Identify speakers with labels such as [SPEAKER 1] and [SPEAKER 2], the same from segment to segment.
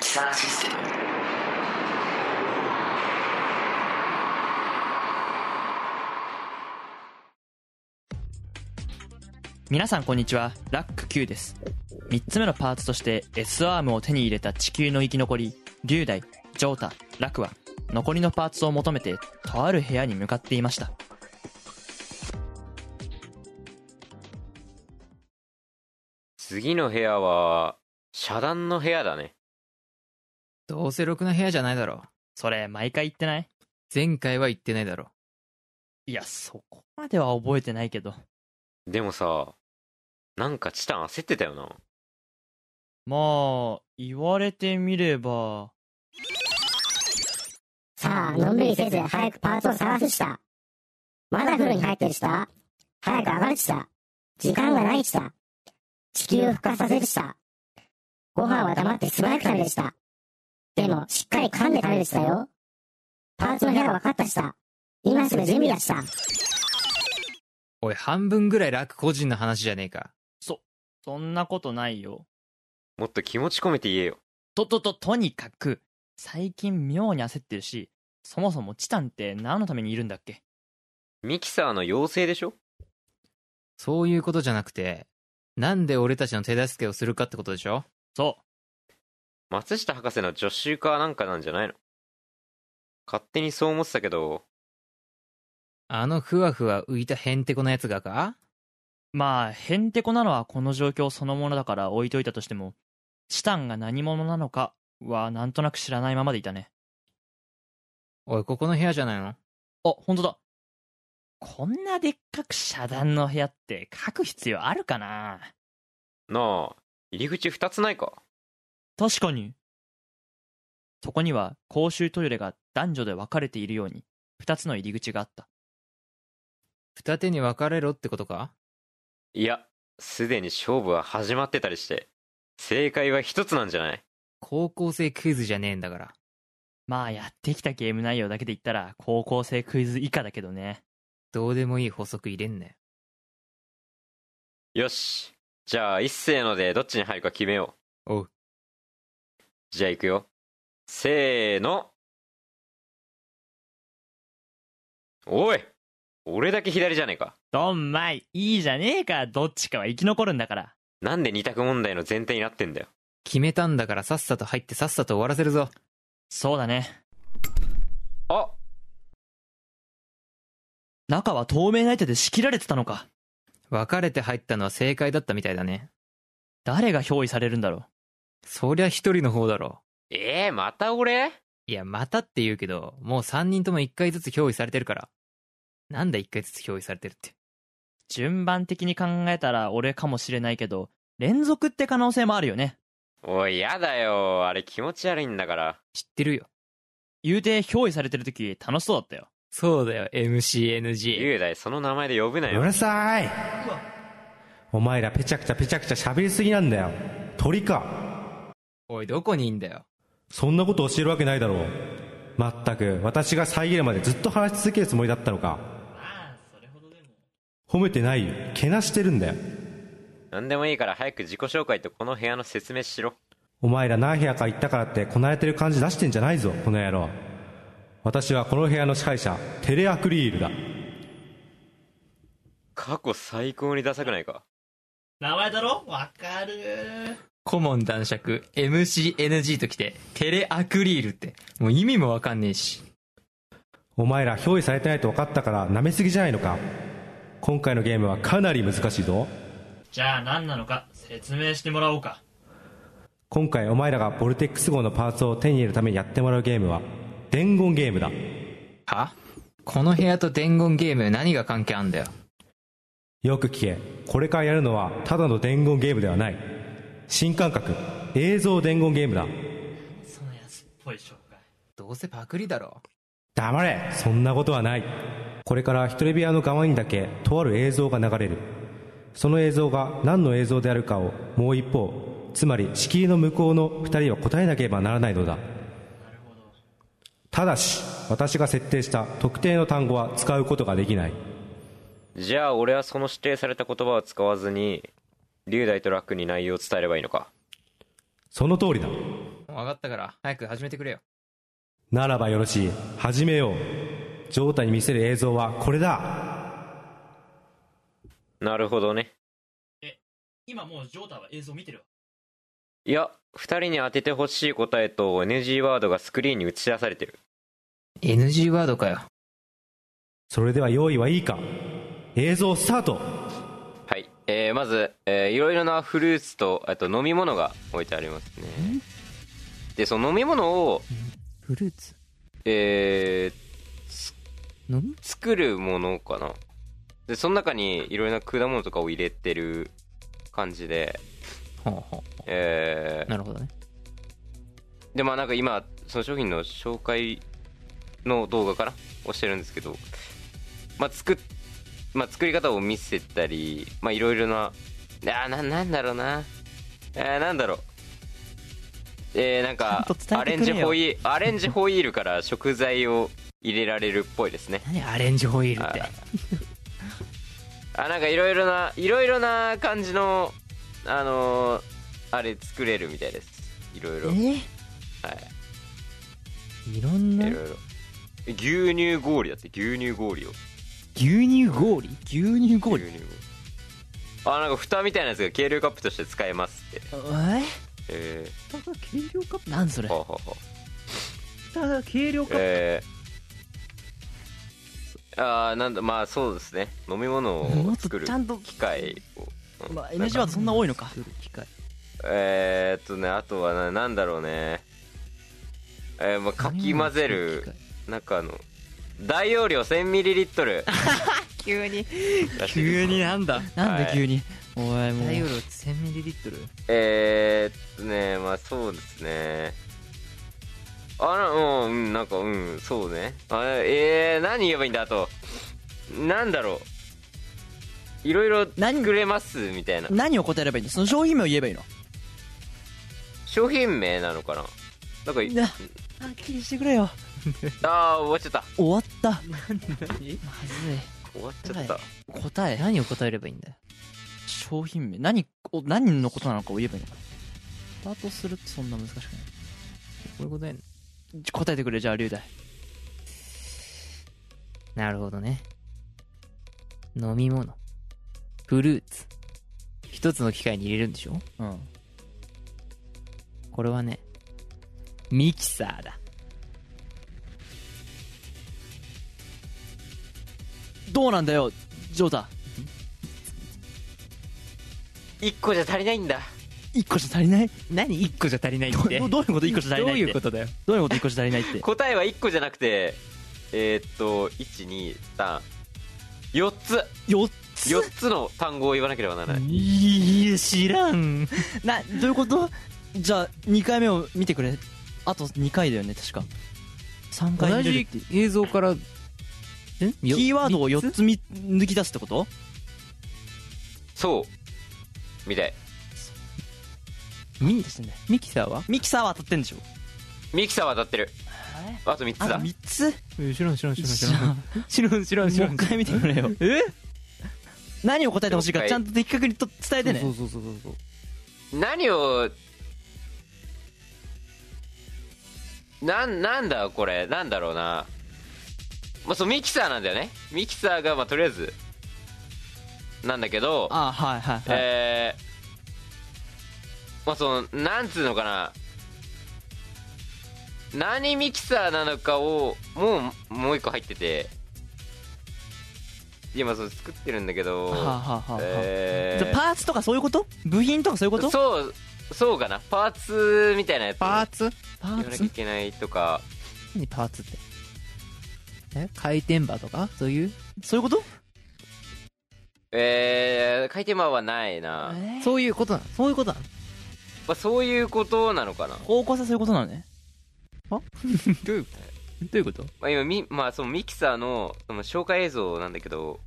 [SPEAKER 1] キサーシステム
[SPEAKER 2] 皆さんこんにちはラック Q です3つ目のパーツとして S アームを手に入れた地球の生き残り龍大ジョータラクは残りのパーツを求めてとある部屋に向かっていました
[SPEAKER 3] 次の部屋は、遮断の部屋だね。
[SPEAKER 4] どうせろくな部屋じゃないだろ。
[SPEAKER 2] それ毎回言ってない
[SPEAKER 4] 前回は行ってないだろ。
[SPEAKER 2] いやそこまでは覚えてないけど
[SPEAKER 3] でもさ、なんかチタン焦ってたよな。
[SPEAKER 2] まあ言われてみれば
[SPEAKER 5] さあ、のんびりせず早くパーツを探すした。まだ風呂に入ってるした。早く上がるした。時間がないした。地球を孵化させるした。ご飯は黙って素早く食べるした。でも、しっかり噛んで食べるしたよ。パーツの部屋は分かったした。今すぐ準備だした。
[SPEAKER 4] おい、半分ぐらい楽個人の話じゃねえか。
[SPEAKER 2] そんなことないよ
[SPEAKER 3] もっと気持ち込めて言えよ。
[SPEAKER 2] ととととにかく最近妙に焦ってるしそもそもチタンって何のためにいるんだっけ
[SPEAKER 3] ミキサーの妖精でしょ
[SPEAKER 4] そういうことじゃなくて、なんで俺たちの手助けをするかってことでしょ
[SPEAKER 2] そう
[SPEAKER 3] 松下博士の助手かなんかなんじゃないの勝手にそう思ってたけど、
[SPEAKER 4] あのふわふわ浮いたへんてこなやつがか
[SPEAKER 2] まあ、へんてこなのはこの状況そのものだから置いといたとしても、チタンが何者なのかはなんとなく知らないままでいたね。
[SPEAKER 4] おい、ここの部屋じゃないの
[SPEAKER 2] あ、ほんとだ。こんなでっかく遮断の部屋って書く必要あるかな
[SPEAKER 3] なあ、入り口二つないか
[SPEAKER 2] 確かに。そこには公衆トイレが男女で分かれているように、二つの入り口があった。
[SPEAKER 4] 二手に分かれろってことか
[SPEAKER 3] いや、すでに勝負は始まってたりして、正解は一つなんじゃない
[SPEAKER 4] 高校生クイズじゃねえんだから。
[SPEAKER 2] まあ、やってきたゲーム内容だけで言ったら、高校生クイズ以下だけどね。
[SPEAKER 4] どうでもいい補足入れんなよ。
[SPEAKER 3] よし。じゃあ、一斉のでどっちに入るか決めよう。
[SPEAKER 4] おう。
[SPEAKER 3] じゃあ行くよ。せーの。おい俺だけ左じゃねえか。
[SPEAKER 2] どんまい、いいじゃねえか、どっちかは生き残るんだから。
[SPEAKER 3] なんで二択問題の前提になってんだよ。
[SPEAKER 4] 決めたんだからさっさと入ってさっさと終わらせるぞ。
[SPEAKER 2] そうだね。
[SPEAKER 3] あ
[SPEAKER 2] 中は透明な板で仕切られてたのか
[SPEAKER 4] 分かれて入ったのは正解だったみたいだね。
[SPEAKER 2] 誰が憑依されるんだろ
[SPEAKER 4] そりゃ一人の方だろ。
[SPEAKER 3] えー、また俺
[SPEAKER 4] いや、またって言うけど、もう三人とも一回ずつ憑依されてるから。なんだ一回ずつ憑依されてるって。
[SPEAKER 2] う順番的に考えたら俺かもしれないけど連続って可能性もあるよね
[SPEAKER 3] おい、やだよ。あれ気持ち悪いんだから。
[SPEAKER 4] 知ってるよ。
[SPEAKER 2] 言うて憑依されてる時楽しそうだったよ
[SPEAKER 4] そうだよ、MCNG。
[SPEAKER 3] 雄大、その名前で呼ぶな
[SPEAKER 6] う
[SPEAKER 3] よ。
[SPEAKER 6] るさいお前らペチャクチャペチャクチャ喋りすぎなんだよ鳥か
[SPEAKER 4] おい、どこにいんだよ。
[SPEAKER 6] そんなこと教えるわけないだろうまったく私が遮るまでずっと話し続けるつもりだったのか褒めてないよけなしてるんだよ
[SPEAKER 3] なんでもいいから早く自己紹介とこの部屋の説明しろ。
[SPEAKER 6] お前ら何部屋か行ったからってこなれてる感じ出してんじゃないぞこの野郎私はこの部屋の支配者テレアクリールだ
[SPEAKER 3] 過去最高にダサくないか。
[SPEAKER 4] 顧問男爵、MCNG と来て、テレアクリールって。もう意味もわかんねえし。
[SPEAKER 6] お前ら憑依されてないと分かったから舐めすぎじゃないのか今回のゲームはかなり難しいぞ
[SPEAKER 7] じゃあ何なのか説明してもらおうか。
[SPEAKER 6] 今回お前らがボルテックス号のパーツを手に入れるためにやってもらうゲームは伝言ゲームだ
[SPEAKER 4] はこの部屋と伝言ゲーム何が関係あんだよ。
[SPEAKER 6] よく聞けこれからやるのはただの伝言ゲームではない新感覚映像伝言ゲームだ
[SPEAKER 7] その安っぽい紹介。
[SPEAKER 4] どうせパクリだろ。
[SPEAKER 6] 黙れそんなことはないこれから一人部屋の側にだけとある映像が流れるその映像が何の映像であるかをもう一方つまり敷居の向こうの二人は答えなければならないのだただし私が設定した特定の単語は使うことができない
[SPEAKER 3] じゃあ俺はその指定された言葉を使わずに龍大と楽に内容を伝えればいいのか
[SPEAKER 6] その通りだ
[SPEAKER 4] もう分かったから、早く始めてくれよ。
[SPEAKER 6] ならばよろしい始めようジョータに見せる映像はこれだ
[SPEAKER 3] なるほどね
[SPEAKER 7] 今もうジョータは映像見てるわ。
[SPEAKER 3] いや二人に当ててほしい答えと NG ワードがスクリーンに映し出されてる
[SPEAKER 4] NG ワードかよ。
[SPEAKER 6] それでは用意はいいか映像スタート
[SPEAKER 3] はい、えーまず、えーいろいろなフルーツとあと飲み物が置いてありますねでその飲み物を
[SPEAKER 2] フルーツ
[SPEAKER 3] えー
[SPEAKER 2] 飲み
[SPEAKER 3] 作るものかなでその中にいろいろな果物とかを入れてる感じで
[SPEAKER 2] ほうほ
[SPEAKER 3] え
[SPEAKER 2] うなるほどね
[SPEAKER 3] ーでまあなんか今その商品の紹介の動画かなをしてるんですけどまあ作っまあ、作り方を見せたりまあいろいろなあーななんだろうなあーなんだろうえー、なんか
[SPEAKER 2] ちゃんと伝
[SPEAKER 3] ア
[SPEAKER 2] え
[SPEAKER 3] レ
[SPEAKER 2] て
[SPEAKER 3] ン
[SPEAKER 2] くれ
[SPEAKER 3] ジ
[SPEAKER 2] よ
[SPEAKER 3] ホイーアレンジホイールから食材を入れられるっぽいですね
[SPEAKER 2] 何アレンジホイールって
[SPEAKER 3] ああなんかいろいろないろいろな感じのあのーあれ作れるみたいですいろいろ
[SPEAKER 2] え
[SPEAKER 3] はい
[SPEAKER 2] いろんない
[SPEAKER 3] ろいろ牛乳氷だって牛乳氷を
[SPEAKER 2] 牛乳氷牛乳氷
[SPEAKER 3] 牛乳氷あなんか蓋みたいなやつが軽量カップとして使えますって
[SPEAKER 2] え
[SPEAKER 3] え
[SPEAKER 2] 蓋が軽量カップなんそれ
[SPEAKER 3] ー、はあは あはあ
[SPEAKER 2] 蓋が軽量カップ
[SPEAKER 3] えー、あーなんだまあそうですね飲み物
[SPEAKER 2] も
[SPEAKER 3] を
[SPEAKER 2] っ
[SPEAKER 3] 作
[SPEAKER 2] と
[SPEAKER 3] る
[SPEAKER 2] ちゃんと、
[SPEAKER 3] 機械をうん
[SPEAKER 2] まあ、
[SPEAKER 3] なん
[SPEAKER 2] NG
[SPEAKER 3] か
[SPEAKER 2] ワードそんな多いのか
[SPEAKER 4] 機械。
[SPEAKER 3] えー、っとねあとはななんだろうねえー、まあかき混ぜる中の大容量 1000ml
[SPEAKER 2] 急に
[SPEAKER 3] らしいです
[SPEAKER 7] 急になんだ。
[SPEAKER 2] なんで急に、おいもう
[SPEAKER 4] 大容量 1000ml?
[SPEAKER 3] えー、っとねまあそうですねあらうんうんなんかうんそうねあえー、何言えばいいんだあとなんだろういろいろ
[SPEAKER 2] 何
[SPEAKER 3] 作れますみたいな
[SPEAKER 2] 何を答えればいいのその商品名を言えばいいの
[SPEAKER 3] 商品名なのかななんかい
[SPEAKER 2] なはっきりしてくれよ
[SPEAKER 3] ああ終わっちゃった
[SPEAKER 2] 終わったま
[SPEAKER 4] 何
[SPEAKER 2] ずい
[SPEAKER 3] 終わっちゃった、
[SPEAKER 2] は答え
[SPEAKER 4] 何を答えればいいんだよ。
[SPEAKER 2] 商品名何を何のことなのかを言えばいいのかスタートするとそんな難しくない
[SPEAKER 4] こういうことやん
[SPEAKER 2] ちょ答えてくれじゃあ龍大
[SPEAKER 4] なるほどね。飲み物。フルーツ。一つの機械に入れるんでしょ
[SPEAKER 2] うん
[SPEAKER 4] これはね、ミキサーだ。
[SPEAKER 2] どうなんだよジョータ
[SPEAKER 3] 一個じゃ足りないんだ
[SPEAKER 2] 1個じゃ足りない
[SPEAKER 4] 何一個じゃ足りないっ
[SPEAKER 2] ど
[SPEAKER 4] て。
[SPEAKER 2] どどういうこと1個じゃ足りないって
[SPEAKER 4] どういうことだよ。
[SPEAKER 2] どういうこと1個じゃ足りないって
[SPEAKER 3] 答えは1個じゃなくてえー、っと1234つ
[SPEAKER 2] よ
[SPEAKER 3] 4つの単語を言わなければならない
[SPEAKER 4] いや、知らん。
[SPEAKER 2] などういうことじゃあ2回目を見てくれあと2回だよね確か3回
[SPEAKER 4] 同
[SPEAKER 2] 見れるっ
[SPEAKER 4] じ
[SPEAKER 2] ていう
[SPEAKER 4] 映像から、んキ
[SPEAKER 2] キーワードを4つみ抜き出すってこと
[SPEAKER 3] そうみたい
[SPEAKER 4] ミミキサーは
[SPEAKER 2] ミキサーは当たってんでしょ
[SPEAKER 3] ミキサーは当たってるあと3つ
[SPEAKER 2] あと
[SPEAKER 3] だ
[SPEAKER 2] 3つ
[SPEAKER 4] え知らん知らん知らん知
[SPEAKER 2] じ
[SPEAKER 4] ら
[SPEAKER 2] ゃ
[SPEAKER 4] ん。
[SPEAKER 2] あ
[SPEAKER 4] 知らん知らん知
[SPEAKER 2] も
[SPEAKER 4] ら。
[SPEAKER 2] うん一回見てくれ よえ何を答えてほしい
[SPEAKER 3] 了
[SPEAKER 2] か
[SPEAKER 3] 解
[SPEAKER 2] ちゃんと的確にと伝えてね
[SPEAKER 4] そうそうそうそうそう。
[SPEAKER 3] 何をなんなんだこれなんだろうなまあそうミキサーなんだよねミキサーがまあとりあえずなんだけど
[SPEAKER 2] あはいはいはい、
[SPEAKER 3] えー、まあそのなんつうのかな何ミキサーなのかをもうもう一個入ってていやまあそう作ってるんだけど、
[SPEAKER 2] はあ、はあはあ、
[SPEAKER 3] え
[SPEAKER 2] じゃあパーツとかそういうこと部品とかそういうこと
[SPEAKER 3] そうそうかなパーツみたいなやつ
[SPEAKER 4] パーツ
[SPEAKER 2] パ
[SPEAKER 3] 言わ
[SPEAKER 2] ー
[SPEAKER 3] なきゃ
[SPEAKER 2] ツ
[SPEAKER 3] いけないとか
[SPEAKER 4] 何パーツってえ回転場とかそういう
[SPEAKER 2] そういうこと
[SPEAKER 3] えー、回転板はないな、
[SPEAKER 4] そういうことなのそういうことなの
[SPEAKER 3] まあ、そういうことなのかな、
[SPEAKER 2] 方向性そういうことなのね
[SPEAKER 4] どういうことどういうこと
[SPEAKER 3] まあ、今み、まあ、そのミキサーのその紹介映像なんだけど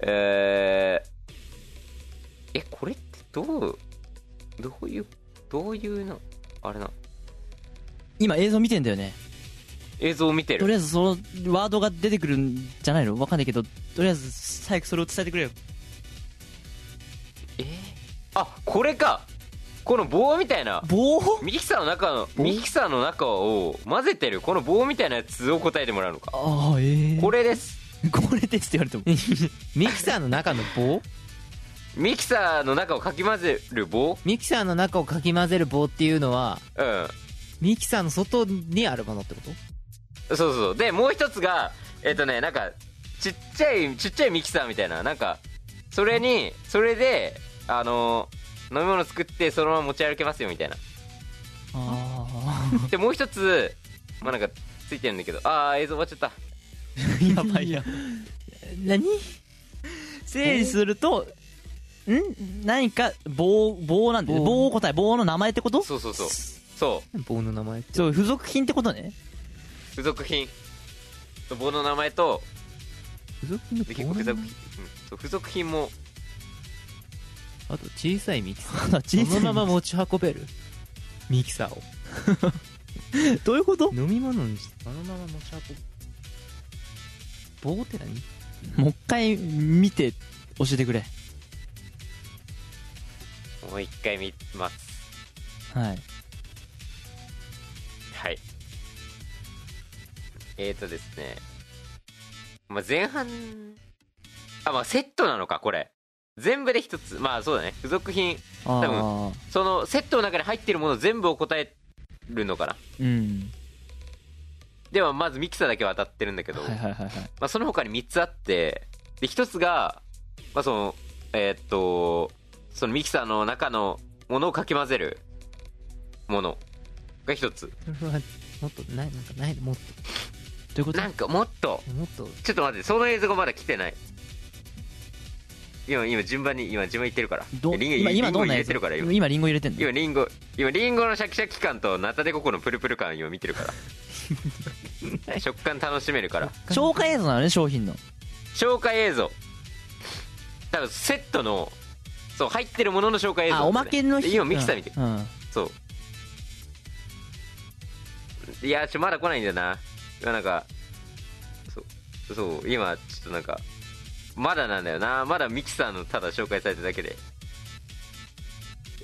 [SPEAKER 3] えー、えこれってどうどういうどういうのあれな
[SPEAKER 2] 今映像見てんだよね
[SPEAKER 3] 映像を見て
[SPEAKER 2] とり
[SPEAKER 3] る
[SPEAKER 2] あえずそのワードが出てくるんじゃないのわかんないけどとりあえず早くそれを伝えてくれよ
[SPEAKER 3] えー、あこれかこの棒みたいな
[SPEAKER 2] 棒
[SPEAKER 3] ミキサーの中のミキサーの中を混ぜてるこの棒みたいなやつを答えてもらうのか
[SPEAKER 2] ああええ
[SPEAKER 3] これです
[SPEAKER 2] これですって言われても
[SPEAKER 4] ミキサーの中の棒
[SPEAKER 3] ミキサーの中をかき混ぜる棒
[SPEAKER 4] ミキサーの中をかき混ぜる棒っていうのは
[SPEAKER 3] うん
[SPEAKER 4] ミキサーの外にあるものってこ
[SPEAKER 3] そ
[SPEAKER 4] と
[SPEAKER 3] うそうそうでもう一つがえっ、とねなんかちっちゃいちっちゃいミキサーみたいななんかそれにそれであの飲み物作ってそのまま持ち歩けますよみ たいな
[SPEAKER 2] あ
[SPEAKER 3] でもう一つまあなんかついてるんだけどああ映像終わっちゃった
[SPEAKER 2] あやばいや
[SPEAKER 4] 何
[SPEAKER 2] 整理するとん何か棒棒なんだよね
[SPEAKER 4] 棒
[SPEAKER 2] 棒を答え棒の名前ってこと
[SPEAKER 3] そうそうそうそう
[SPEAKER 4] 棒の名前って
[SPEAKER 2] そう付属品ってことね
[SPEAKER 3] 付属品棒の名前と
[SPEAKER 4] 付属の
[SPEAKER 3] で結構
[SPEAKER 4] 棒
[SPEAKER 3] 付
[SPEAKER 4] な
[SPEAKER 3] 属
[SPEAKER 4] の
[SPEAKER 3] 品、うんそう付属品も
[SPEAKER 4] あと小さいミキサ
[SPEAKER 2] 小さ
[SPEAKER 4] ー
[SPEAKER 2] い
[SPEAKER 4] そ のまま持ち運べるミキサーを
[SPEAKER 2] どういうこと
[SPEAKER 4] 飲み物にしてそのまま持ち運ぶ棒って何
[SPEAKER 2] もう一回見て教えてくれ
[SPEAKER 3] もう一回見ます
[SPEAKER 2] はい
[SPEAKER 3] はい。えーとですね。まあ、前半、あ、まあ、セットなのか、これ。全部で一つ。まあ、そうだね。付属品。
[SPEAKER 2] ああ
[SPEAKER 3] その、セットの中に入ってるもの全部を答えるのかな。
[SPEAKER 2] うん
[SPEAKER 3] では、まずミキサーだけは当たってるんだけど、
[SPEAKER 2] はいはいはいはい
[SPEAKER 3] まあ、その他に三つあって、で、一つが、まあ、その、えーっと、そのミキサーの中のものをかき混ぜるものが一つ。
[SPEAKER 4] それはもっとないなんかないのもっ
[SPEAKER 2] どういうこと
[SPEAKER 3] なんか、もっと、
[SPEAKER 4] ともっと
[SPEAKER 3] ちょっと待って、その映像がまだ来てない。今、今、順番に、今、順番言ってるから。
[SPEAKER 2] ど
[SPEAKER 3] リンゴ
[SPEAKER 2] 今今
[SPEAKER 3] リンゴ
[SPEAKER 2] どんな
[SPEAKER 3] 入
[SPEAKER 2] や
[SPEAKER 3] れ
[SPEAKER 2] つ
[SPEAKER 3] てるから、今。
[SPEAKER 2] 今リンゴ入れてんの
[SPEAKER 3] 今、リンゴ、今、リンゴのシャキシャキ感と、ナタデココのプルプル感、今見てる から。食感楽しめるから。
[SPEAKER 2] 紹介映像なのね商品の
[SPEAKER 3] 紹介映像。多分、セットの、そう、入ってるものの紹介映像、
[SPEAKER 2] あおまけの
[SPEAKER 3] で
[SPEAKER 2] 日
[SPEAKER 3] 今、ミキサー見てる。
[SPEAKER 2] うん
[SPEAKER 3] そう。いや、ちょ、まだ来ないんだよな。今、なんか、そう、そう、今、ちょっとなんか、まだなんだよな。まだミキサーのただ紹介されただけで。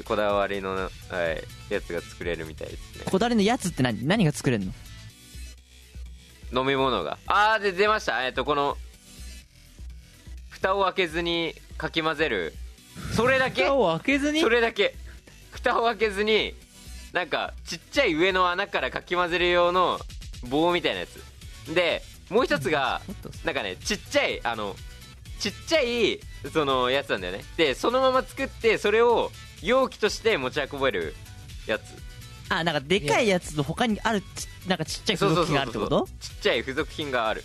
[SPEAKER 3] こだわりの、はい、やつが作れるみたいですね。
[SPEAKER 2] こだわりのやつって何何が作れるの
[SPEAKER 3] 飲み物が。あー、で、出ました。えっと、この、蓋を開けずにかき混ぜる。それだけ
[SPEAKER 4] 蓋を開けずに
[SPEAKER 3] それだけ蓋を開けずになんかちっちゃい上の穴からかき混ぜる用の棒みたいなやつでもう一つが
[SPEAKER 4] もっと
[SPEAKER 3] なんかねちっちゃいあのちっちゃいそのやつなんだよねでそのまま作ってそれを容器として持ち運べるやつ
[SPEAKER 2] あなんかでかいやつの他にあるちなんかちっちゃい付属品があるってこと
[SPEAKER 3] ちっちゃい付属品がある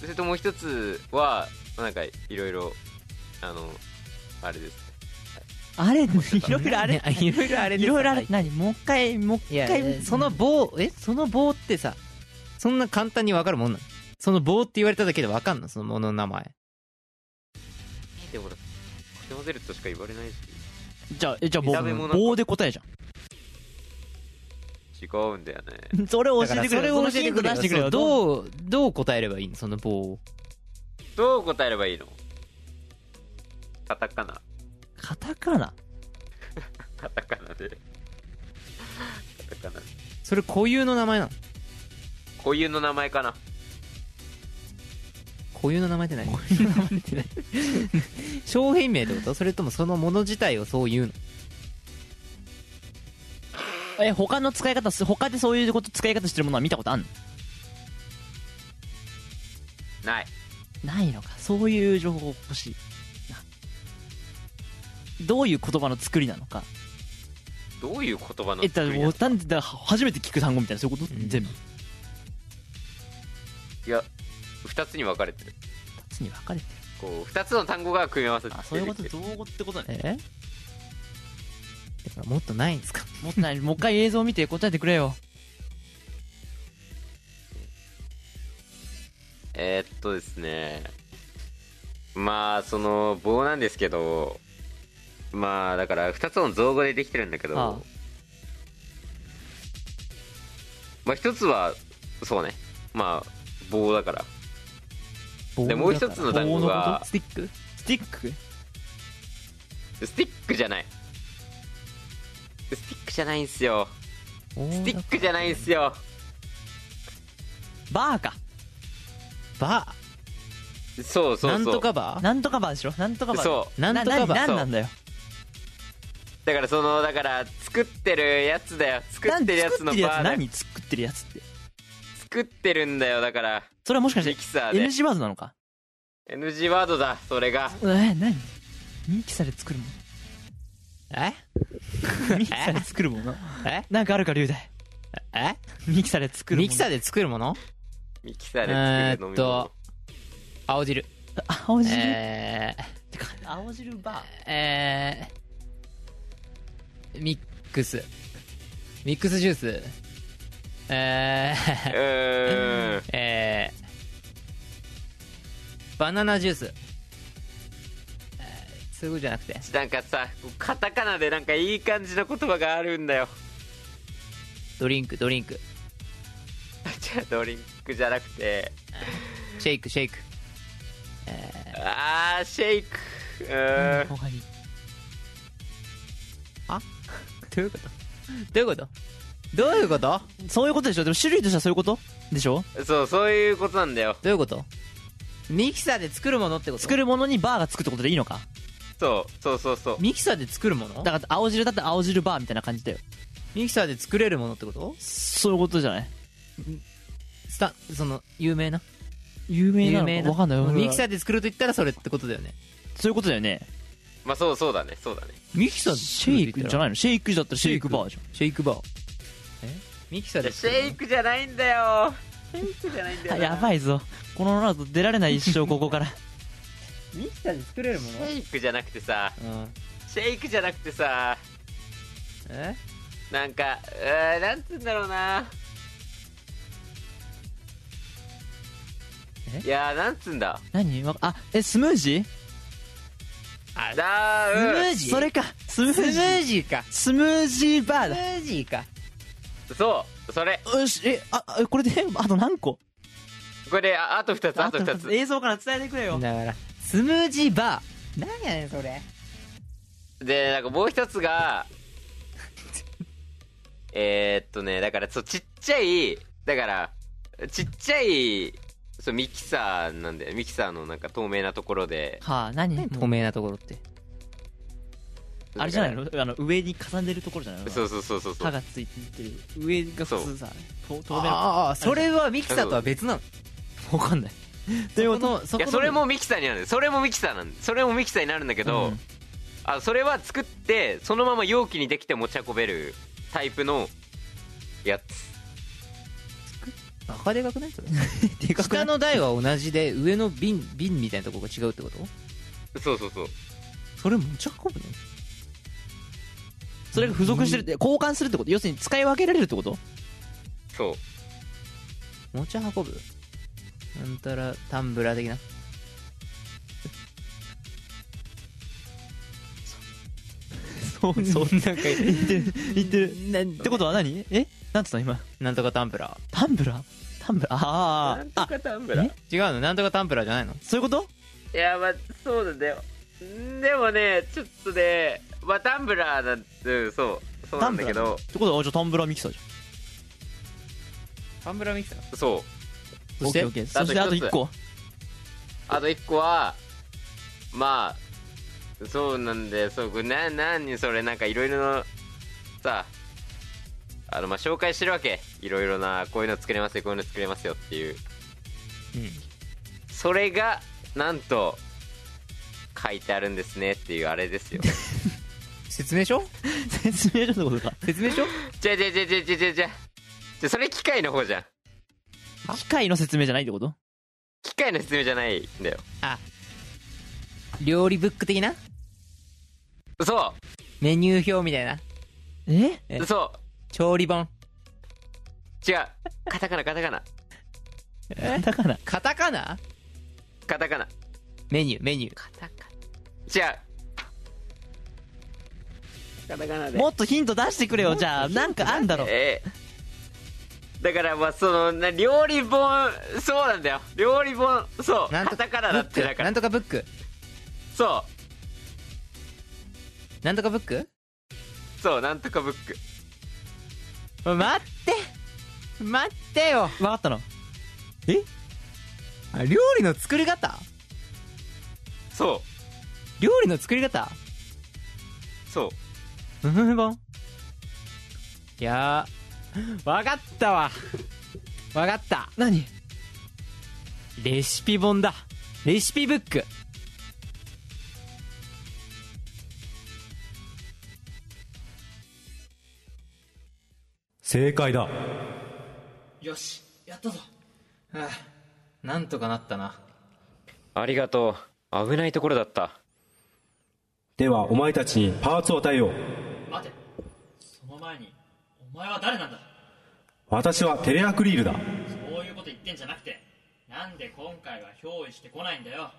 [SPEAKER 3] それともう一つはなんかいろいろあのあれです
[SPEAKER 2] あれいろ いろあれ
[SPEAKER 4] ねいろいろあれです
[SPEAKER 2] いろいろあれ何もう一回もう
[SPEAKER 4] い
[SPEAKER 2] 一
[SPEAKER 4] や
[SPEAKER 2] 回
[SPEAKER 4] その棒えその棒ってさそんな簡単にわかるもんなのその棒って言われただけでわかんのそのものの名前
[SPEAKER 3] でもかき混ぜるとしか言われないし
[SPEAKER 2] じゃあえじゃあ
[SPEAKER 3] 見た目も
[SPEAKER 2] 棒
[SPEAKER 3] なんか
[SPEAKER 2] 棒で答えじ
[SPEAKER 3] 違うんだよね
[SPEAKER 2] ゃん それを
[SPEAKER 4] だか
[SPEAKER 2] 教え
[SPEAKER 4] ら
[SPEAKER 2] てくれよ
[SPEAKER 4] そ
[SPEAKER 2] そ
[SPEAKER 4] れを
[SPEAKER 2] の
[SPEAKER 4] 教
[SPEAKER 2] ヒ
[SPEAKER 4] えて
[SPEAKER 2] ント
[SPEAKER 4] く
[SPEAKER 2] 出
[SPEAKER 4] れよ
[SPEAKER 2] してくれ
[SPEAKER 4] そ
[SPEAKER 2] よ
[SPEAKER 4] う
[SPEAKER 2] どう
[SPEAKER 4] どうどう答えればいいのその棒を
[SPEAKER 3] どう答えればいいのカタカナ
[SPEAKER 2] カタカナ
[SPEAKER 3] カタカナでカタカナ
[SPEAKER 4] それ固有の名前なの
[SPEAKER 3] 固有の名前かな
[SPEAKER 4] 固有の名前って何固有の名前って何 商品名ってことそれともそのもの自体をそう言うの
[SPEAKER 2] え他の使い方す他でそういうこと使い方してるものは見たことあんの
[SPEAKER 3] ない
[SPEAKER 2] ないのかそういう情報欲しいなどういう言葉の作りなのか
[SPEAKER 3] どういう言葉の
[SPEAKER 2] えだ
[SPEAKER 3] 作りな
[SPEAKER 2] も
[SPEAKER 3] の
[SPEAKER 2] うなんでだ初めて聞く単語みたいなそういうこと、
[SPEAKER 4] うん
[SPEAKER 2] 全部
[SPEAKER 3] いや2つに分かれてる
[SPEAKER 2] 2つに分かれて
[SPEAKER 3] こう2つの単語が組み合わさって
[SPEAKER 2] るあ そういうこと
[SPEAKER 3] 出て
[SPEAKER 2] 造語ってことね
[SPEAKER 4] えだからもっとないんですか
[SPEAKER 2] もっとないもう一回映像見て答えてくれよ
[SPEAKER 3] えーっとですねまあその棒なんですけどまあだから2つの造語でできてるんだけど
[SPEAKER 2] ああ
[SPEAKER 3] まあ1つはそうねまあ棒だから
[SPEAKER 4] 棒
[SPEAKER 3] でもう一つの単語が
[SPEAKER 2] スティックスティック
[SPEAKER 3] スティックじゃないスティックじゃないんすよスティックじゃないんすよ
[SPEAKER 2] バーか
[SPEAKER 4] バ
[SPEAKER 3] そうそうそ
[SPEAKER 4] ー
[SPEAKER 3] う
[SPEAKER 4] なんとかバー
[SPEAKER 2] なんとかバーでしょなんとかバー
[SPEAKER 3] そう
[SPEAKER 4] なんとかバー
[SPEAKER 2] なな
[SPEAKER 3] そう
[SPEAKER 2] なんだよ
[SPEAKER 3] だからそのだから作ってるやつだよ作
[SPEAKER 2] な
[SPEAKER 3] っ
[SPEAKER 2] ん
[SPEAKER 3] てるやつ
[SPEAKER 2] 作っ
[SPEAKER 3] の
[SPEAKER 2] てるや
[SPEAKER 3] バ
[SPEAKER 2] つ
[SPEAKER 3] ーだ
[SPEAKER 2] 何作ってるやつって
[SPEAKER 3] 作ってるんだよだから
[SPEAKER 2] それはもしか
[SPEAKER 3] ミ
[SPEAKER 2] し
[SPEAKER 3] キサー
[SPEAKER 2] て
[SPEAKER 3] で
[SPEAKER 2] NG ワードなのか
[SPEAKER 3] NG ワードだそれが
[SPEAKER 2] えー何ミキサーで作るも
[SPEAKER 4] え
[SPEAKER 2] ん ミキサーで作るもんな
[SPEAKER 4] え
[SPEAKER 2] なんかあるか龍大
[SPEAKER 4] え
[SPEAKER 2] ミキサーで作るもん
[SPEAKER 4] ミキサーで作るもの
[SPEAKER 3] ミキサーで作る飲み
[SPEAKER 4] えーっ
[SPEAKER 3] 物
[SPEAKER 4] と青汁
[SPEAKER 2] 青汁、
[SPEAKER 4] え
[SPEAKER 2] てか青汁バ
[SPEAKER 4] ー、えー、ミックスミックスジュースえ
[SPEAKER 3] う
[SPEAKER 4] ー、
[SPEAKER 3] ーん
[SPEAKER 4] えー、バナナジュース、えー、そういうことじゃなくて
[SPEAKER 3] なんかさカタカナでなんかいい感じの言葉があるんだよ
[SPEAKER 4] ドリンクドリンク
[SPEAKER 3] じゃあドリンクじゃなくて
[SPEAKER 4] シェイクシェイク
[SPEAKER 3] あーシェイクう
[SPEAKER 2] ー、
[SPEAKER 3] ーん
[SPEAKER 2] 他に
[SPEAKER 4] どういうことどういうことどういうこと
[SPEAKER 2] そういうことでしょでも種類としてはそういうことでしょ
[SPEAKER 3] そうそういうことなんだよ
[SPEAKER 4] どういうことミキサーで作るものってこと
[SPEAKER 2] 作るものにバーがつくってことでいいのか
[SPEAKER 3] そうそうそうそう
[SPEAKER 4] ミキサーで作るもの
[SPEAKER 2] だから青汁だって青汁バーみたいな感じだよ
[SPEAKER 4] ミキサーで作れるものってこと
[SPEAKER 2] そういうことじゃない
[SPEAKER 4] スタその有名な
[SPEAKER 2] 有名な
[SPEAKER 4] 有
[SPEAKER 2] のか
[SPEAKER 4] 名な
[SPEAKER 2] わかんない
[SPEAKER 4] ミキサ
[SPEAKER 2] ー
[SPEAKER 4] ーで作ると言ったらそれってことだよね
[SPEAKER 2] そういうことだよね
[SPEAKER 3] まあそうそうだねそうだね
[SPEAKER 4] ミキサーで
[SPEAKER 2] シ
[SPEAKER 4] 作
[SPEAKER 2] ェ
[SPEAKER 4] る
[SPEAKER 2] イ
[SPEAKER 4] と
[SPEAKER 2] ク
[SPEAKER 4] 言っ
[SPEAKER 2] じ
[SPEAKER 4] た
[SPEAKER 2] ゃ
[SPEAKER 4] ら
[SPEAKER 2] ないのシェイクじゃったらシェイクバーじゃん
[SPEAKER 4] シェイクバーえミキサー
[SPEAKER 3] いや
[SPEAKER 4] で
[SPEAKER 3] シ
[SPEAKER 4] 作る
[SPEAKER 3] ェイクじゃないんだよシェイクじゃないんだよ
[SPEAKER 2] あ
[SPEAKER 3] な
[SPEAKER 2] やばいぞこのラード出られない一生ここから
[SPEAKER 4] ミキサーで作れるも
[SPEAKER 3] シェイクじゃなくてさ
[SPEAKER 4] のうん
[SPEAKER 3] シェイクじゃなくてさ
[SPEAKER 4] え
[SPEAKER 3] なんかうーんなんつうんだろうな
[SPEAKER 4] え
[SPEAKER 3] いやーなんつうんだ
[SPEAKER 2] 何わあえスムージー
[SPEAKER 3] あだー
[SPEAKER 4] ジー
[SPEAKER 2] それかスムー
[SPEAKER 4] ス
[SPEAKER 2] ジ
[SPEAKER 4] ム
[SPEAKER 2] ー
[SPEAKER 4] ージーか
[SPEAKER 2] スムージーバー
[SPEAKER 4] スム
[SPEAKER 2] だ
[SPEAKER 4] ージーか
[SPEAKER 3] うんそうそれ
[SPEAKER 2] よしえああこれであと何個
[SPEAKER 3] これでああと2つあと2つ
[SPEAKER 2] 映像から伝えてくれよ
[SPEAKER 4] だからスムージーバーなんやねんそれ
[SPEAKER 3] でなんかもう一 つがえーっとねだからそうちっちゃいだからちっちゃいそうミキサーなんだよミキサーのなんか透明なところで
[SPEAKER 2] はあ何
[SPEAKER 4] 透明なところって
[SPEAKER 2] あれじゃない
[SPEAKER 3] だか
[SPEAKER 2] のあの上に重ねるところじゃない
[SPEAKER 3] ら
[SPEAKER 2] の
[SPEAKER 3] そうそうそうそうそ
[SPEAKER 2] 歯
[SPEAKER 3] う
[SPEAKER 2] がついてる上が普通さと透明な
[SPEAKER 4] ああそれはミキサーとは別なの
[SPEAKER 2] わかんないということ
[SPEAKER 4] のそ
[SPEAKER 3] いやそれもミキサーになるんだよそれもミキサーなんだそれもミキサーになるんだけど、
[SPEAKER 2] うん
[SPEAKER 3] あそれは作ってそのまま容器にできて持ち運べるタイプのやつ
[SPEAKER 4] バカでかくないそれ
[SPEAKER 2] でかくない
[SPEAKER 4] 下の台は同じで上の瓶瓶みたいなとこが違うってこと
[SPEAKER 3] そうそうそう
[SPEAKER 4] それ持ち運ぶの
[SPEAKER 2] それが付属してるって交換するってこと要するに使い分けられるってこと
[SPEAKER 3] そう
[SPEAKER 4] 持ち運ぶなんたらタンブラー的な
[SPEAKER 2] そうそうなんか 言ってる言ってる
[SPEAKER 4] なん
[SPEAKER 2] ってことは何えなんつったの今
[SPEAKER 4] なんとかタンブラ
[SPEAKER 2] タンブラータンブラーあーああ
[SPEAKER 3] タンブ
[SPEAKER 2] ラー
[SPEAKER 4] ー違うのなんとかタンブラーじゃないの
[SPEAKER 2] そういうこと
[SPEAKER 3] いやまあそうなんだよんでもねちょっとねまあタンブラーだうんそうそうなんだけ
[SPEAKER 2] タンブラ
[SPEAKER 3] ど
[SPEAKER 2] ーってことはあじゃあタンブラーミキサーじ
[SPEAKER 4] タンブラーミキサー
[SPEAKER 3] そう
[SPEAKER 2] ゃん
[SPEAKER 4] そして
[SPEAKER 2] オッケーオッケー
[SPEAKER 3] あ
[SPEAKER 2] そ
[SPEAKER 3] と
[SPEAKER 2] してあと
[SPEAKER 3] 一つ
[SPEAKER 2] 1個
[SPEAKER 3] あと1個はまあそうなんでそうこれな何それなんかいろいろなさあのまあ紹介してるわけいろいろなこういうの作れますよこういうの作れますよっていう、
[SPEAKER 4] うん
[SPEAKER 3] それがなんと書いてあるんですねっていうあれですよ
[SPEAKER 4] 説明書
[SPEAKER 2] 説明書ってことか
[SPEAKER 4] 説明書
[SPEAKER 3] じゃじゃじゃじゃじゃじゃじゃじゃそれ機械の方じゃん
[SPEAKER 2] 機械の説明じゃないってこと
[SPEAKER 3] 機械の説明じゃないんだよ
[SPEAKER 4] あ料理ブック的な
[SPEAKER 3] そ
[SPEAKER 4] メニュー表みたいな
[SPEAKER 2] え
[SPEAKER 4] え
[SPEAKER 3] うそ
[SPEAKER 4] 調理本
[SPEAKER 3] う違うカタカナカタカナ
[SPEAKER 2] だから
[SPEAKER 4] カタカナ
[SPEAKER 3] カタカナ
[SPEAKER 4] メニューメニ
[SPEAKER 3] 違
[SPEAKER 4] ュー
[SPEAKER 3] うカタカナで
[SPEAKER 2] もっとヒント出してくれよじゃあなんかあんだろ
[SPEAKER 3] えーだからまあそのな料理本そうなんだよ料理本そう
[SPEAKER 4] なん
[SPEAKER 3] カ
[SPEAKER 4] と
[SPEAKER 3] タカナだって
[SPEAKER 4] ブック
[SPEAKER 3] だか
[SPEAKER 4] な
[SPEAKER 3] ら
[SPEAKER 4] んとかブック
[SPEAKER 3] そ
[SPEAKER 4] なんとかブック
[SPEAKER 3] うそうなんとかブック
[SPEAKER 4] 待って待ってよ
[SPEAKER 2] 分かったの
[SPEAKER 4] あ料理の作り方
[SPEAKER 3] そ
[SPEAKER 4] 料理の作り方
[SPEAKER 3] うそう
[SPEAKER 4] ムムム本いやーわかったわわかった
[SPEAKER 2] 何
[SPEAKER 4] レシピ本だレシピブック
[SPEAKER 6] 正解だ
[SPEAKER 2] よしやったぞ
[SPEAKER 4] なんとかなったな
[SPEAKER 3] ありがとう危ないところだった
[SPEAKER 6] ではお前たちにパーツを与えよう
[SPEAKER 7] 待てその前にお前は誰なんだ
[SPEAKER 6] 私はテレアクリルだ
[SPEAKER 7] そういうこと言ってんじゃなくてなんで今回は憑依してこないんだよ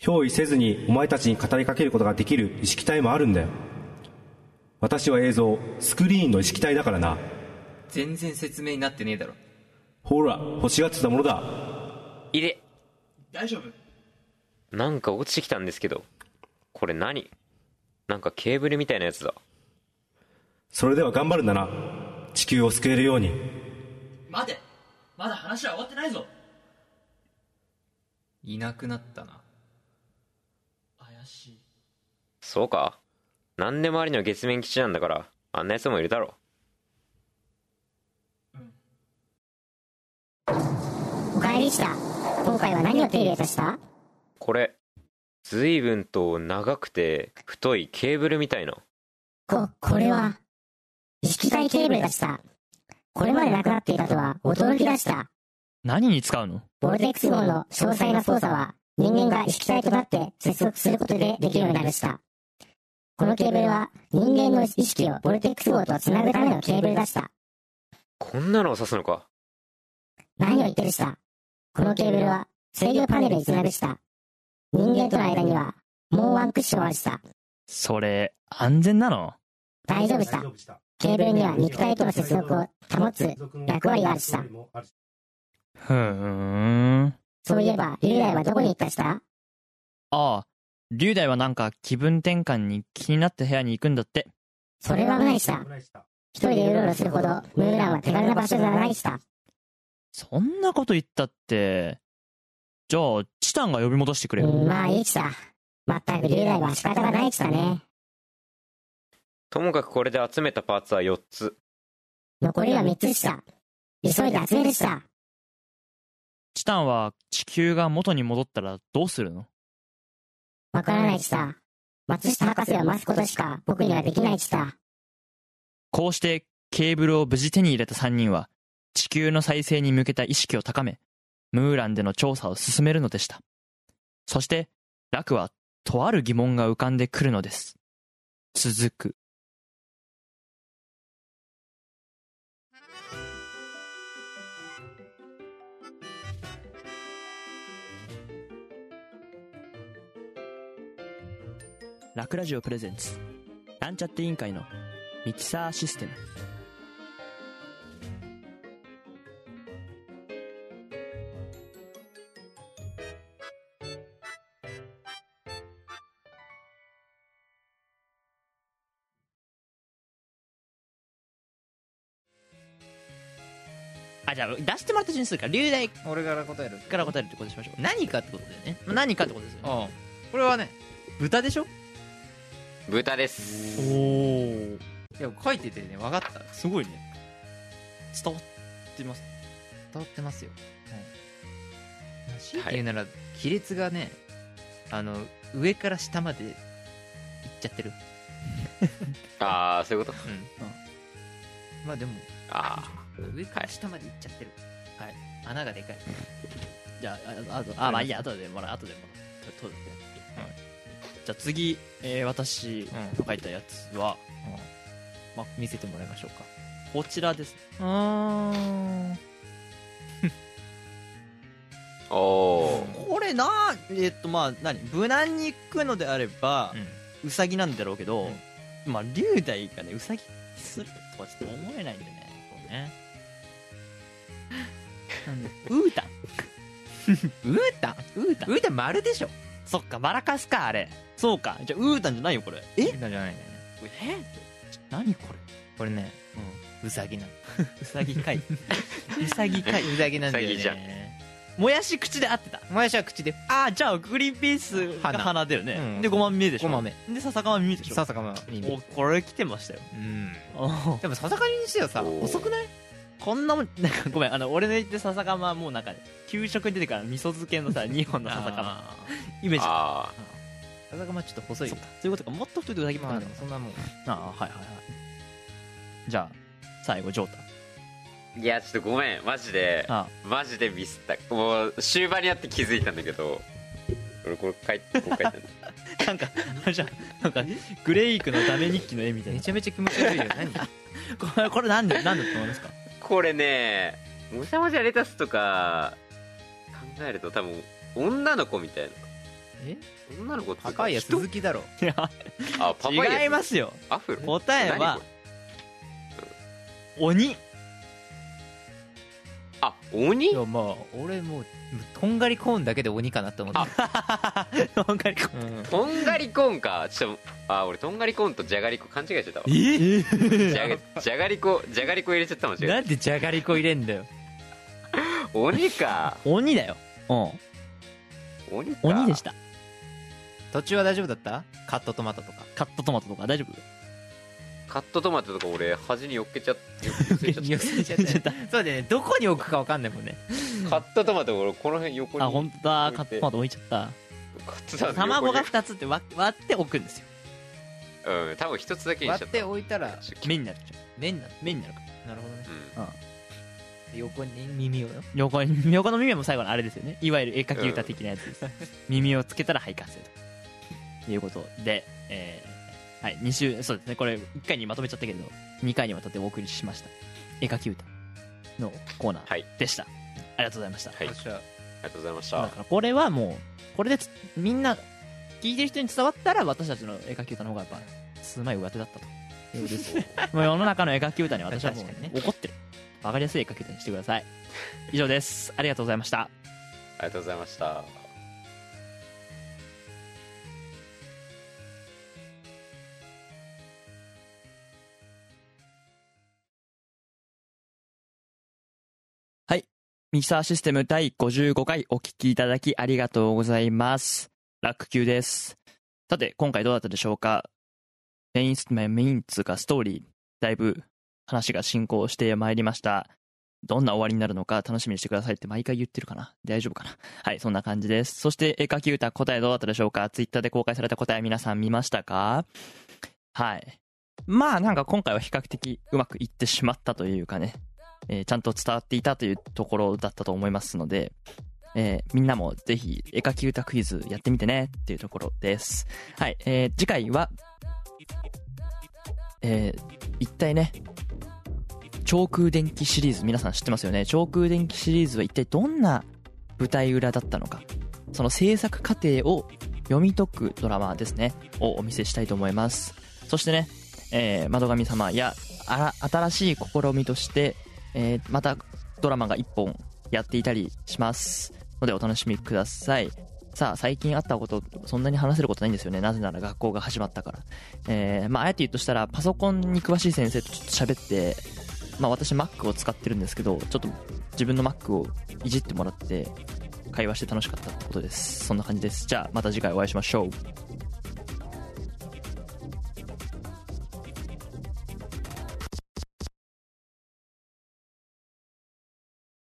[SPEAKER 6] 憑依せずにお前たちに語りかけることができる意識体もあるんだよ私は映像スクリーンの意識体だからな
[SPEAKER 4] 全然説明になってねえだろ
[SPEAKER 6] ほら欲しがってたものだ
[SPEAKER 3] 入れ
[SPEAKER 7] 大丈夫
[SPEAKER 3] なんか落ちてきたんですけどこれ何なんかケーブルみたいなやつだ
[SPEAKER 6] それでは頑張るんだな地球を救えるように
[SPEAKER 7] 待てまだ話は終わってないぞ
[SPEAKER 4] いなくなったな
[SPEAKER 7] 怪しい
[SPEAKER 3] そうか何でもありの月面基地なんだからあんなやつもいるだろ
[SPEAKER 5] お帰りした今回は何を手入れいたした
[SPEAKER 3] これ随分と長くて太いケーブルみたいな
[SPEAKER 5] こ、これは、意識体ケーブルでした。これまでなくなっていたとは驚きだした。
[SPEAKER 2] 何に使うの
[SPEAKER 5] ボルテックス号の詳細な操作は、人間が意識体となって接続することでできるようになりました。このケーブルは、人間の意識をボルテックス号とつなぐためのケーブルでした。
[SPEAKER 3] こんなのを指すのか
[SPEAKER 5] 何を言ってるしたこのケーブルは、制御パネルにつなぐした。人間との間には、もうワンクッションあるした。
[SPEAKER 2] それ安全なの
[SPEAKER 5] 大丈夫した。ケーブルには肉体との接続を保つ。役割があるした
[SPEAKER 2] ふーん
[SPEAKER 5] そういえば、リュウダイはどこに行ったした
[SPEAKER 2] ああ、龍大はなんか気分転換に気になった部屋に行くんだって。
[SPEAKER 5] それは危ないした。一人でうろうろするほど、ムーランは手軽な場所ではないした。
[SPEAKER 2] そんなこと言ったって。じゃあ、チタンが呼び戻してくれ
[SPEAKER 5] う
[SPEAKER 2] よ。
[SPEAKER 5] ん、まあいいした。まったく、リュウダイは仕方がないしたね。
[SPEAKER 3] ともかくこれで集めたパーツは4つ
[SPEAKER 5] 残りは3つした。急いで集めるした。
[SPEAKER 2] チタンは地球が元に戻ったらどうするの
[SPEAKER 5] わからないした。松下博士を待つことしか僕にはできないした。
[SPEAKER 2] こうしてケーブルを無事手に入れた3人は、地球の再生に向けた意識を高め、ムーランでの調査を進めるのでした。そして、ラクはとある疑問が浮かんでくるのです。続く。ラクラジオプレゼンツなんちゃって委員会のミキサーシステムあじゃあ出してもらった順にするから龍大
[SPEAKER 4] 俺から答える
[SPEAKER 2] から答えるってことにしましょう
[SPEAKER 4] 何かってことだよね
[SPEAKER 2] 何かってことですよね
[SPEAKER 4] うんこれはね豚でしょ
[SPEAKER 3] 豚です
[SPEAKER 2] おお
[SPEAKER 4] いや書いててね分かった
[SPEAKER 2] すごいね伝わってます
[SPEAKER 4] 伝わってますよ、強いて言うなら亀裂がねあの上から下までいっちゃってる
[SPEAKER 3] ああそういうこと
[SPEAKER 4] うん、まあでも
[SPEAKER 3] あ
[SPEAKER 4] 上から下までいっちゃってるはい穴がでかい
[SPEAKER 7] じゃあ、ああと、あ、まあいいや、後でもらう、後でもらう。ととでじゃあ次、えー私の書いたやつは、
[SPEAKER 4] ま見せてもらいましょうか
[SPEAKER 7] こちらです。
[SPEAKER 4] あ
[SPEAKER 3] あお
[SPEAKER 7] これな、えっと、まあ、何無難に行くのであれば、うさぎなんだろうけど、まあ、龍大がね、うさぎするとはちょっと思えないんでね。そうね。ウー タン。
[SPEAKER 4] ウータン
[SPEAKER 7] ウータン
[SPEAKER 4] ウータン丸でしょ
[SPEAKER 7] そっか、マラカスか、あれ。そうか。じゃあ、ウータンじゃないよ、これ。え
[SPEAKER 4] ウータンじゃないんだよね
[SPEAKER 7] え何これ
[SPEAKER 4] これね、うさぎなの
[SPEAKER 7] うさぎかい。 うさぎかい。
[SPEAKER 4] うさぎなんだよ
[SPEAKER 3] うさぎじゃん
[SPEAKER 4] ね
[SPEAKER 7] もやし口で合ってた。
[SPEAKER 4] もやしは口で
[SPEAKER 7] ああ、じゃあ、グリーンピースが
[SPEAKER 4] 花
[SPEAKER 7] 花だよね。
[SPEAKER 4] うん
[SPEAKER 7] で、5万目でしょ。
[SPEAKER 4] 5万目
[SPEAKER 7] で、笹川耳でしょ。
[SPEAKER 4] ささかま耳
[SPEAKER 7] お、これ来てましたよ。
[SPEAKER 4] うん
[SPEAKER 7] お
[SPEAKER 4] でもささかみにしてはさ
[SPEAKER 3] おー
[SPEAKER 4] 遅くない
[SPEAKER 7] こんなもん、なんかごめん、あの、俺の言って笹釜はもうなんか、給食に出てから味噌漬けの さ、2本の笹釜。イメージ。
[SPEAKER 3] あ
[SPEAKER 4] ささかまちょっと細い
[SPEAKER 7] そっかそういうことか、もっと太いとうさぎっぽく
[SPEAKER 4] ま
[SPEAKER 7] なる
[SPEAKER 4] あで
[SPEAKER 7] の
[SPEAKER 4] もそんなもん
[SPEAKER 7] ああー、はいはいはい。じゃあ、最後、ジョータ。
[SPEAKER 3] あいやちょっとごめんマジで
[SPEAKER 7] あ
[SPEAKER 3] マジでミスったもう終盤になって気づいたんだけど俺これ書いて こう書いたんだ
[SPEAKER 7] なんか、あれじゃんなんか、グレイクのダメ日記の絵みたい
[SPEAKER 4] め
[SPEAKER 7] な。
[SPEAKER 4] ちゃめちゃ気持ち 悪いよ何
[SPEAKER 7] これ、これなんで、なんでだと思いますか
[SPEAKER 3] これねむしゃむしゃレタスとか考えると多分女の子みたいな
[SPEAKER 4] え
[SPEAKER 3] 女の子っていうか
[SPEAKER 4] 高いや
[SPEAKER 3] 人
[SPEAKER 4] 鈴木だろ
[SPEAKER 7] いや、
[SPEAKER 3] あパパイヤ
[SPEAKER 7] 違いますよ。
[SPEAKER 3] アフロ
[SPEAKER 7] 答えは
[SPEAKER 3] 何これ
[SPEAKER 7] 鬼。
[SPEAKER 3] あ鬼
[SPEAKER 4] いやまあ俺もうとんがりコーンだけで鬼かなと思って
[SPEAKER 7] わかりこ
[SPEAKER 4] うん
[SPEAKER 3] とんがりコーンかちょっとあ俺とんがりコーンとじゃがりこ勘違いしてたわ
[SPEAKER 7] え
[SPEAKER 3] じゃがじゃがりこじゃがりこ入れちゃったもん違う
[SPEAKER 4] なんでじゃがりこ入れんだよ
[SPEAKER 3] 鬼か
[SPEAKER 7] 鬼だよ。うん。
[SPEAKER 3] 鬼か
[SPEAKER 7] 鬼でした。
[SPEAKER 4] 途中は大丈夫だったカットトマトとか
[SPEAKER 7] カットトマトとか大丈夫
[SPEAKER 3] カットトマトとか俺端によっけちゃっよっけちゃっ
[SPEAKER 4] 寄せちゃったそうだよねどこに置くかわかんないもんね
[SPEAKER 3] たカットトマト俺この辺横 に
[SPEAKER 7] あ、本当だ。カットトマト置いちゃった。
[SPEAKER 3] カットトマト横
[SPEAKER 7] 卵
[SPEAKER 3] に
[SPEAKER 7] が2つって割割って置くんですよ。
[SPEAKER 3] うん多分一つだけにしち
[SPEAKER 4] 割
[SPEAKER 3] ゃ
[SPEAKER 4] っ
[SPEAKER 3] ってた
[SPEAKER 4] 置いたら
[SPEAKER 3] ちょっと
[SPEAKER 7] 目になるじゃ
[SPEAKER 4] 麺だ
[SPEAKER 7] ん。目になるから。
[SPEAKER 4] なるほどね
[SPEAKER 3] うん
[SPEAKER 4] 横に耳をよ
[SPEAKER 7] 横に、横の耳も最後のあれですよね。いわゆる絵描き歌的なやつです。耳をつけたら肺活性と。いうことで、えー、はい、2週、そうですね。これ、1回にまとめちゃったけど、2回にわたってお送りしました。絵描き歌のコーナ
[SPEAKER 3] はい
[SPEAKER 7] ーでした。ありがとうございました。
[SPEAKER 3] はいあり
[SPEAKER 4] 私は
[SPEAKER 3] がとうございまし
[SPEAKER 7] だ
[SPEAKER 3] た
[SPEAKER 7] からこれはもうこれでつみんな聞いてる人に伝わったら私たちの絵描き歌の方がやっぱ数枚上手だったともう世の中の絵描き歌に私はも
[SPEAKER 4] 確かに
[SPEAKER 7] う怒ってるわかりやすい絵描き歌にしてください以上ですありがとうございました
[SPEAKER 3] ありがとうございました
[SPEAKER 2] ミキサーシステム第55回お聞きいただきありがとうございます。ラック級です。さて、今回どうだったでしょうかメインス、メインメインっつうかストーリー、だいぶ話が進行してまいりました。どんな終わりになるのか楽しみにしてくださいって毎回言ってるかな大丈夫かなはい、そんな感じです。そして、絵描き歌答えどうだったでしょうかツイッターで公開された答え皆さん見ましたかはい。まあ、なんか今回は比較的うまくいってしまったというかね、えーちゃんと伝わっていたというところだったと思いますので、えーみんなもぜひ絵描き歌クイズやってみてねっていうところです。はい、えー次回は、えー一体ね、長空電気シリーズ、皆さん知ってますよね。長空電気シリーズは一体どんな舞台裏だったのか、その制作過程を読み解くドラマですね、をお見せしたいと思います。そしてね、えー、窓神様や、あら新しい試みとして、えーまたドラマが1本やっていたりしますのでお楽しみくださいさあ最近あったことそんなに話せることないんですよねなぜなら学校が始まったからえーまああえて言うとしたらパソコンに詳しい先生とちょっと喋ってまあ私 Mac を使ってるんですけどちょっと自分の Mac をいじってもらって会話して楽しかったことですそんな感じですじゃあまた次回お会いしましょう